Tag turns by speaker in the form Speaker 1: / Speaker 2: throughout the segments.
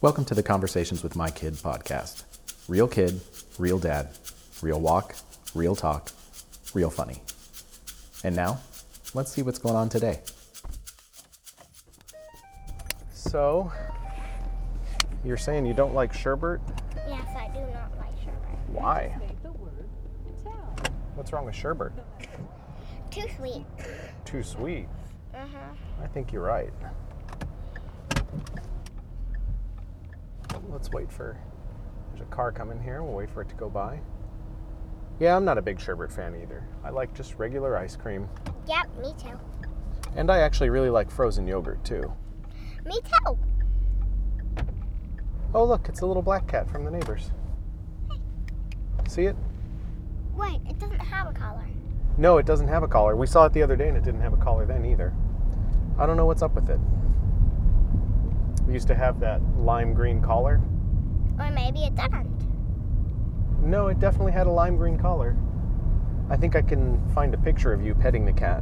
Speaker 1: Welcome to the Conversations with My Kid podcast. Real kid, real dad, real walk, real talk, real funny. And now, let's see what's going on today. So, you're saying you don't like sherbet?
Speaker 2: Yes, I do not like sherbet.
Speaker 1: Why?
Speaker 3: Make the word tell.
Speaker 1: What's wrong with sherbet?
Speaker 2: Too sweet.
Speaker 1: Too sweet.
Speaker 2: Uh-huh.
Speaker 1: I think you're right. Let's wait for. There's a car coming here. We'll wait for it to go by. Yeah, I'm not a big sherbet fan either. I like just regular ice cream.
Speaker 2: Yep, me too.
Speaker 1: And I actually really like frozen yogurt too.
Speaker 2: Me too.
Speaker 1: Oh, look, it's a little black cat from the neighbors. See it?
Speaker 2: Wait, it doesn't have a collar.
Speaker 1: No, it doesn't have a collar. We saw it the other day and it didn't have a collar then either. I don't know what's up with it. We used to have that lime green collar.
Speaker 2: Or maybe it doesn't.
Speaker 1: No, it definitely had a lime green collar. I think I can find a picture of you petting the cat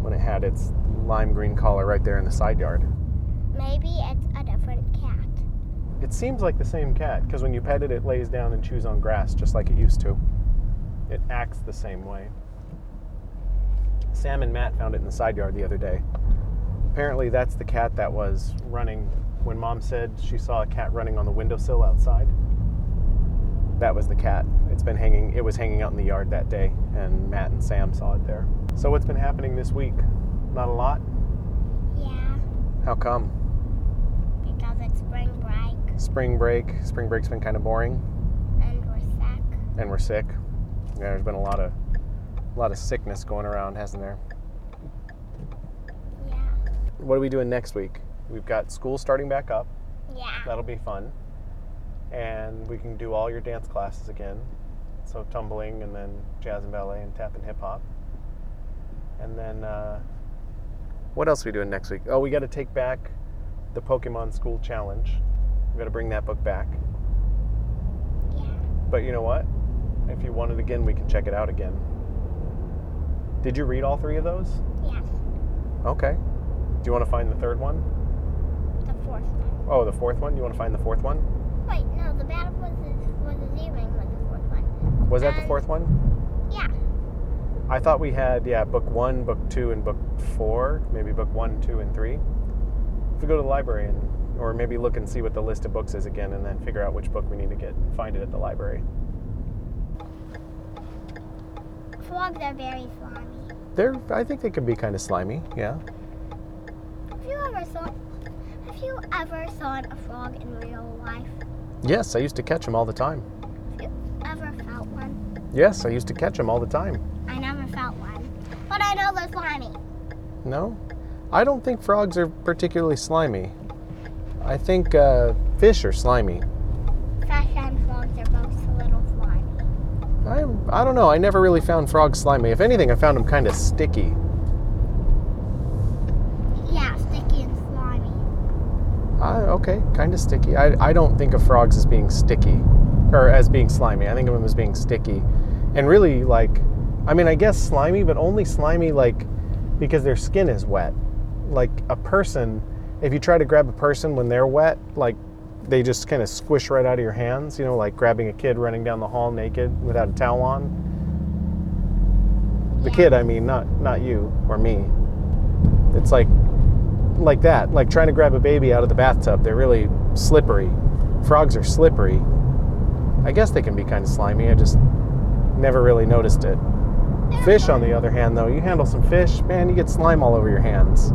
Speaker 1: when it had its lime green collar right there in the side yard.
Speaker 2: Maybe it's a different cat.
Speaker 1: It seems like the same cat because when you pet it, it lays down and chews on grass just like it used to. It acts the same way. Sam and Matt found it in the side yard the other day. Apparently, that's the cat that was running when mom said she saw a cat running on the windowsill outside. That was the cat. It's been hanging, it was hanging out in the yard that day, and Matt and Sam saw it there. So, what's been happening this week? Not a lot?
Speaker 2: Yeah,
Speaker 1: How come?
Speaker 2: because it's spring break
Speaker 1: Spring break. Spring break's been kind of boring.
Speaker 2: and we're sick.
Speaker 1: and we're sick. Yeah, there's been a lot of a lot of sickness going around, hasn't there?
Speaker 2: Yeah.
Speaker 1: What are we doing next week? We've got school starting back up.
Speaker 2: Yeah.
Speaker 1: That'll be fun. And we can do all your dance classes again. So tumbling and then jazz and ballet and tap and hip hop. And then uh, what else are we doing next week? Oh, we got to take back the Pokemon School Challenge. We got to bring that book back.
Speaker 2: Yeah.
Speaker 1: But you know what? If you want it again, we can check it out again. Did you read all three of those?
Speaker 2: Yes.
Speaker 1: Okay. Do you want to find the third one?
Speaker 2: The fourth one.
Speaker 1: Oh, the fourth one? You want to find the fourth one?
Speaker 2: Wait, no, the battle was this, was this evening was the fourth one.
Speaker 1: Was that the
Speaker 2: Um,
Speaker 1: fourth one?
Speaker 2: Yeah.
Speaker 1: I thought we had, yeah, book one, book two, and book four. Maybe book one, two, and three. If we go to the library and, or maybe look and see what the list of books is again and then figure out which book we need to get and find it at the library.
Speaker 2: Frogs are very slimy.
Speaker 1: They're, I think they can be kind of slimy, yeah.
Speaker 2: Have you ever saw have you ever saw a frog in real life?
Speaker 1: Yes, I used to catch them all the time.
Speaker 2: Have you ever felt one?
Speaker 1: Yes, I used to catch them all the time.
Speaker 2: I never felt one. But I know they're slimy.
Speaker 1: No, I don't think frogs are particularly slimy. I think uh, fish are slimy.
Speaker 2: Fish and frogs are both a little slimy.
Speaker 1: I, I don't know. I never really found frogs slimy. If anything, I found them kind of sticky.
Speaker 2: Yeah, sticky and slimy.
Speaker 1: Ah, okay, kind of sticky. I, I don't think of frogs as being sticky or as being slimy. I think of them as being sticky. And really, like, I mean, I guess slimy, but only slimy, like, because their skin is wet. Like, a person, if you try to grab a person when they're wet, like, they just kind of squish right out of your hands, you know, like grabbing a kid running down the hall naked without a towel on. The
Speaker 2: Yeah.
Speaker 1: kid, I mean, not not you or me. It's like like that, like trying to grab a baby out of the bathtub. They're really slippery. Frogs are slippery. I guess they can be kind of slimy. I just never really noticed it. Fish, on the other hand, though, you handle some fish, man, you get slime all over your hands.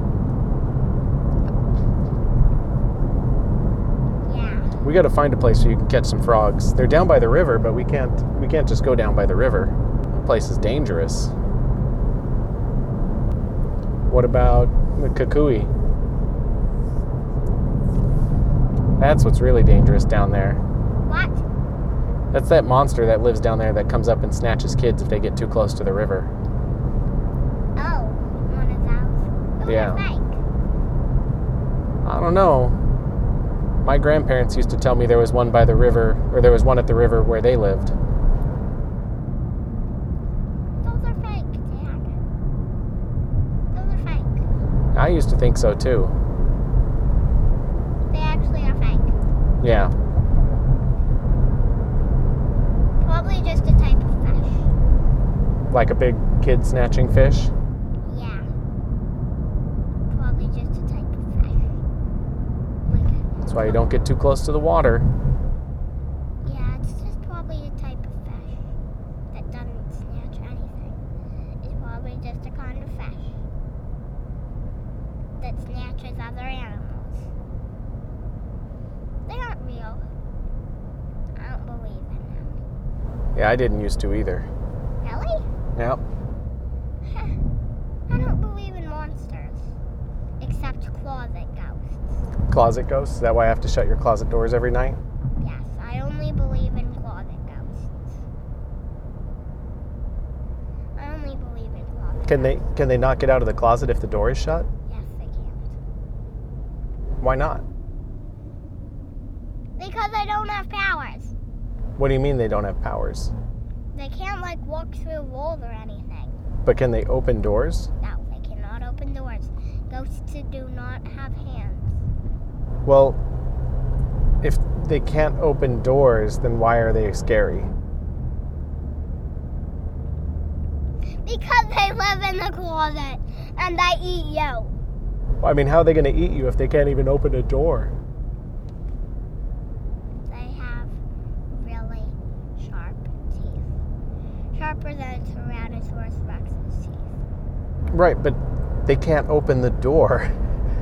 Speaker 2: Yeah.
Speaker 1: We got to find a place where you can catch some frogs. They're down by the river, but we can't we can't just go down by the river. The place is dangerous. What about the Kukui? That's what's really dangerous down there.
Speaker 2: What?
Speaker 1: That's that monster that lives down there that comes up and snatches kids if they get too close to the river.
Speaker 2: Oh, one of those. Who
Speaker 1: Yeah.
Speaker 2: are fake?
Speaker 1: I don't know. My grandparents used to tell me there was one by the river, or there was one at the river where they lived.
Speaker 2: Those are fake, Dad. Those are fake.
Speaker 1: I used to think so too.
Speaker 2: They actually are fake.
Speaker 1: Yeah.
Speaker 2: Probably just a type of fish.
Speaker 1: Like a big kid snatching fish.
Speaker 2: Yeah. Probably just a type of fish. Like a,
Speaker 1: That's why you don't get too close to the water.
Speaker 2: yeah, it's just probably a type of fish that doesn't snatch anything. It's probably just a kind of fish that snatches other animals. They aren't real. I don't believe in them.
Speaker 1: Yeah, I didn't used to either.
Speaker 2: Really?
Speaker 1: Yep.
Speaker 2: Huh. I don't believe in monsters, except closet ghosts.
Speaker 1: Closet ghosts. Is that why I have to shut your closet doors every night?
Speaker 2: Yes, I only believe in closet ghosts. I only believe in closet.
Speaker 1: Can they can they not get out of the closet if the door is shut?
Speaker 2: Yes, they can't.
Speaker 1: Why not?
Speaker 2: Because I don't have powers.
Speaker 1: What do you mean they don't have powers?
Speaker 2: They can't like walk through walls or anything.
Speaker 1: But can they open doors?
Speaker 2: No, they cannot open doors. Ghosts do not have hands.
Speaker 1: Well, if they can't open doors, then why are they scary?
Speaker 2: Because they live in the closet and they eat you.
Speaker 1: I mean, how are they going to eat you if they can't even open a door?
Speaker 2: They have really sharp teeth. Sharper than a Tyrannosaurus Rex's teeth.
Speaker 1: Right, but they can't open the door.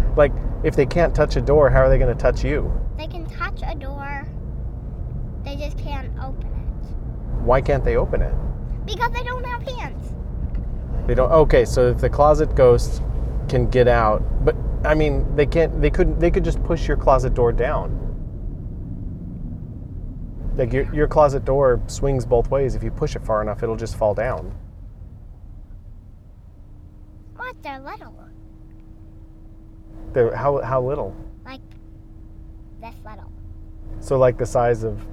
Speaker 1: like, if they can't touch a door, how are they going to touch you?
Speaker 2: They can touch a door, they just can't open it.
Speaker 1: Why can't they open it?
Speaker 2: Because they don't have hands.
Speaker 1: They don't. Okay, so if the closet ghost can get out, but I mean, they can't. They couldn't. They could just push your closet door down. Like your your closet door swings both ways. If you push it far enough, it'll just fall down.
Speaker 2: What? They're little.
Speaker 1: They're, how how little?
Speaker 2: Like this little.
Speaker 1: So like the size of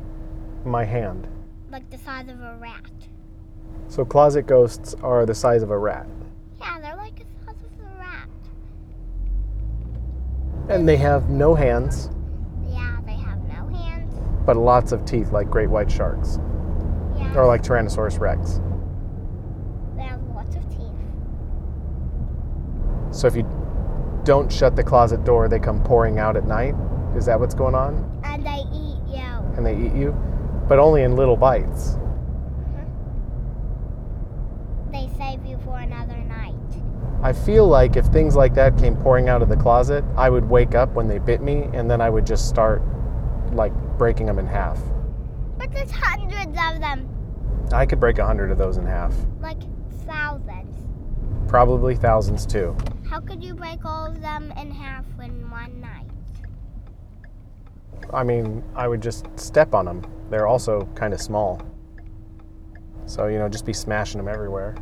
Speaker 1: my hand.
Speaker 2: Like the size of a rat.
Speaker 1: So closet ghosts are the size of a rat,
Speaker 2: Yeah, they're like the size of a rat.
Speaker 1: and they have no hands,
Speaker 2: Yeah, they have no hands.
Speaker 1: but lots of teeth, like great white sharks
Speaker 2: Yeah.
Speaker 1: or like Tyrannosaurus rex.
Speaker 2: they have lots of teeth.
Speaker 1: So if you don't shut the closet door, they come pouring out at night. Is that what's going on?
Speaker 2: And they eat you.
Speaker 1: And they eat you, but only in little bites.
Speaker 2: They save you for another night.
Speaker 1: I feel like if things like that came pouring out of the closet, I would wake up when they bit me, and then I would just start like breaking them in half.
Speaker 2: But there's hundreds of them.
Speaker 1: I could break a hundred of those in half,
Speaker 2: Like thousands.
Speaker 1: probably thousands too.
Speaker 2: How could you break all of them in half in one night?
Speaker 1: I mean, I would just step on them. They're also kind of small. So, you know, just be smashing them everywhere.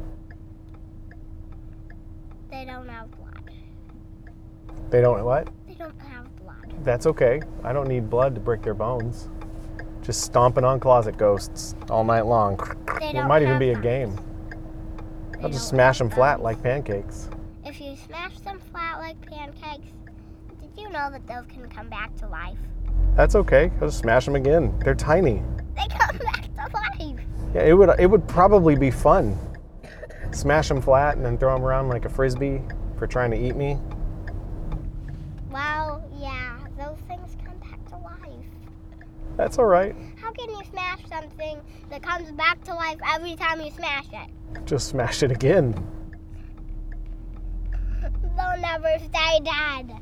Speaker 2: They don't have blood.
Speaker 1: They don't what?
Speaker 2: They don't have blood.
Speaker 1: That's okay. I don't need blood to break their bones. Just stomping on closet ghosts all night long.
Speaker 2: They
Speaker 1: It
Speaker 2: don't
Speaker 1: might even
Speaker 2: have
Speaker 1: be a
Speaker 2: thumbs.
Speaker 1: game.
Speaker 2: They
Speaker 1: I'll just
Speaker 2: don't
Speaker 1: smash them
Speaker 2: have
Speaker 1: flat
Speaker 2: thumbs.
Speaker 1: like pancakes.
Speaker 2: If you smash them flat like pancakes, did you know that those can come back to life?
Speaker 1: That's okay. I'll just smash them again. They're tiny.
Speaker 2: They come back to life.
Speaker 1: Yeah, it would it would probably be fun. Smash them flat and then throw them around like a frisbee for trying to eat me.
Speaker 2: Well, yeah, those things come back to life.
Speaker 1: That's all right.
Speaker 2: How can you smash something that comes back to life every time you smash it?
Speaker 1: Just smash it again.
Speaker 2: They'll never stay dead.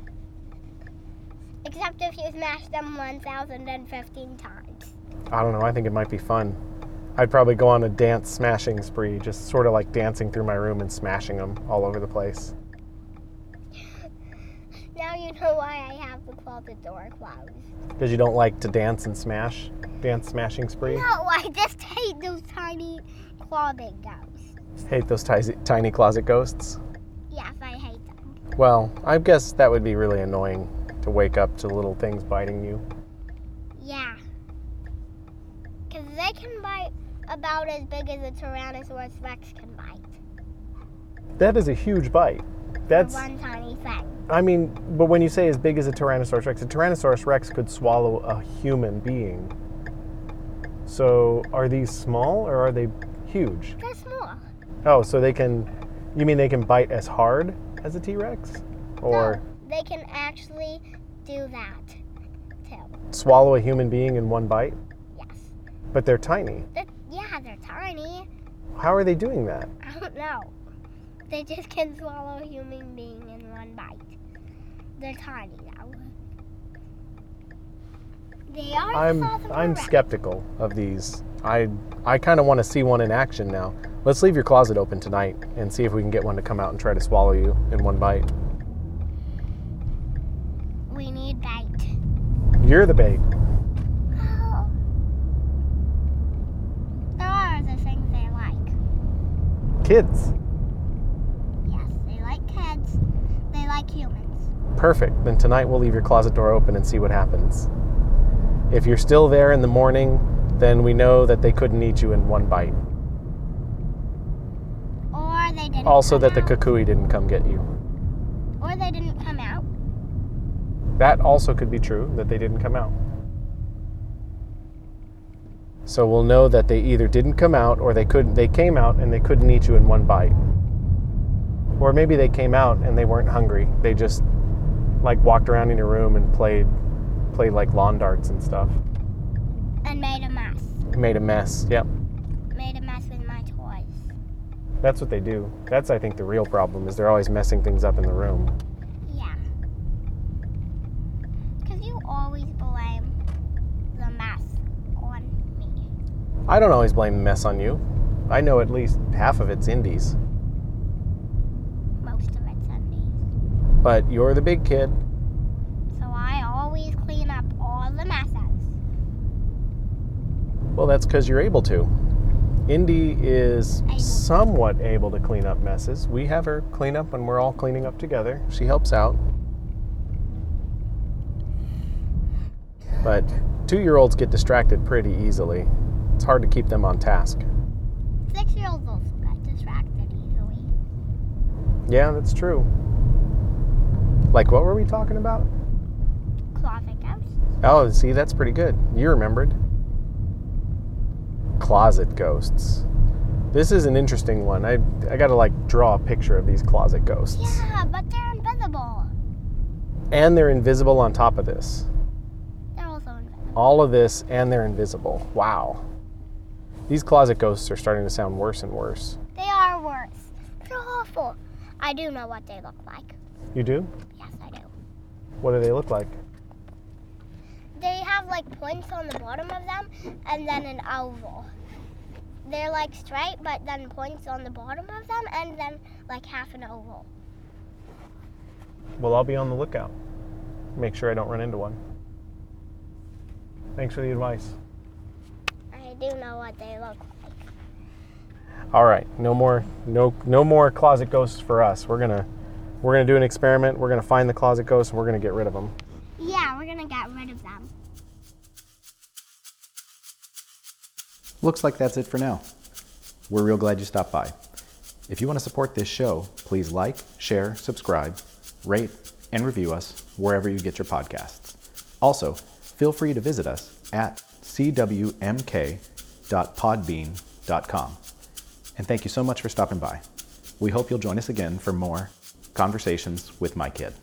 Speaker 2: Except if you smash them 1,015 times.
Speaker 1: I don't know. I think it might be fun. I'd probably go on a dance smashing spree, just sort of like dancing through my room and smashing them all over the place.
Speaker 2: Now you know why I have the closet door closed.
Speaker 1: Because you don't like to dance and smash? Dance smashing spree?
Speaker 2: No, I just hate those tiny closet ghosts.
Speaker 1: Hate those tiz- tiny closet ghosts?
Speaker 2: Yes, I hate them.
Speaker 1: Well, I guess that would be really annoying to wake up to little things biting you.
Speaker 2: Yeah. Because they can bite about as big as a Tyrannosaurus Rex can bite.
Speaker 1: That is a huge bite. That's.
Speaker 2: for one tiny thing.
Speaker 1: I mean, but when you say as big as a Tyrannosaurus Rex, a Tyrannosaurus Rex could swallow a human being. So are these small or are they huge?
Speaker 2: They're small.
Speaker 1: Oh, so they can. You mean they can bite as hard as a T Rex? Or
Speaker 2: no, they can actually do that too.
Speaker 1: swallow a human being in one bite?
Speaker 2: Yes.
Speaker 1: But they're tiny.
Speaker 2: They're, yeah, they're tiny.
Speaker 1: How are they doing that?
Speaker 2: I don't know. They just can swallow a human being in one bite. They're tiny though. They are.
Speaker 1: I'm
Speaker 2: soft and
Speaker 1: I'm
Speaker 2: correct.
Speaker 1: skeptical of these. I I kind of want to see one in action now. Let's leave your closet open tonight and see if we can get one to come out and try to swallow you in one bite.
Speaker 2: We need bite.
Speaker 1: You're the bait.
Speaker 2: Oh. There are the things they like.
Speaker 1: Kids.
Speaker 2: Yes, they like kids. They like humans.
Speaker 1: Perfect. Then tonight we'll leave your closet door open and see what happens. If you're still there in the morning, then we know that they couldn't eat you in one bite.
Speaker 2: Or they didn't.
Speaker 1: Also
Speaker 2: come
Speaker 1: that the
Speaker 2: out.
Speaker 1: kukui didn't come get you.
Speaker 2: Or they didn't come out.
Speaker 1: That also could be true that they didn't come out. So we'll know that they either didn't come out or they couldn't they came out and they couldn't eat you in one bite. Or maybe they came out and they weren't hungry. They just like walked around in your room and played played like lawn darts and stuff.
Speaker 2: And made a mess.
Speaker 1: Made a mess. Yep.
Speaker 2: Made a mess with my toys.
Speaker 1: That's what they do. That's I think the real problem is they're always messing things up in the room.
Speaker 2: Yeah. Because you always blame the mess on me.
Speaker 1: I don't always blame the mess on you. I know at least half of it's Indies,
Speaker 2: Most of it's Sundays.
Speaker 1: but you're the big kid.
Speaker 2: So I always clean up all the messes.
Speaker 1: Well, that's because you're able to. Indy is
Speaker 2: Able.
Speaker 1: somewhat able to clean up messes. We have her clean up when we're all cleaning up together. She helps out. But two year olds get distracted pretty easily. It's hard to keep them on task.
Speaker 2: Six year olds also get distracted easily.
Speaker 1: Yeah, that's true. Like, what were we talking about?
Speaker 2: Closet ghosts.
Speaker 1: Oh, see, that's pretty good. You remembered. Closet ghosts. This is an interesting one. I, I gotta like draw a picture of these closet ghosts.
Speaker 2: Yeah, but they're invisible.
Speaker 1: And they're invisible on top of this.
Speaker 2: They're also invisible.
Speaker 1: All of this, and they're invisible. Wow. These closet ghosts are starting to sound worse and worse.
Speaker 2: They are worse. They're awful. I do know what they look like.
Speaker 1: You do?
Speaker 2: Yes, I do.
Speaker 1: What do they look like?
Speaker 2: They have like points on the bottom of them and then an oval. They're like straight, but then points on the bottom of them and then like half an oval.
Speaker 1: Well, I'll be on the lookout. Make sure I don't run into one. Thanks for the advice.
Speaker 2: I do know what they look like.
Speaker 1: All right, no more, no, no more closet ghosts for us. We're gonna, we're gonna do an experiment. We're gonna find the closet ghosts and we're gonna get rid of them.
Speaker 2: Yeah, we're gonna get rid of them.
Speaker 4: Looks like that's it for now. We're real glad you stopped by. If you want to support this show, please like, share, subscribe, rate, and review us wherever you get your podcasts. Also, feel free to visit us at cwmk.podbean.com. And thank you so much for stopping by. We hope you'll join us again for more conversations with my kid.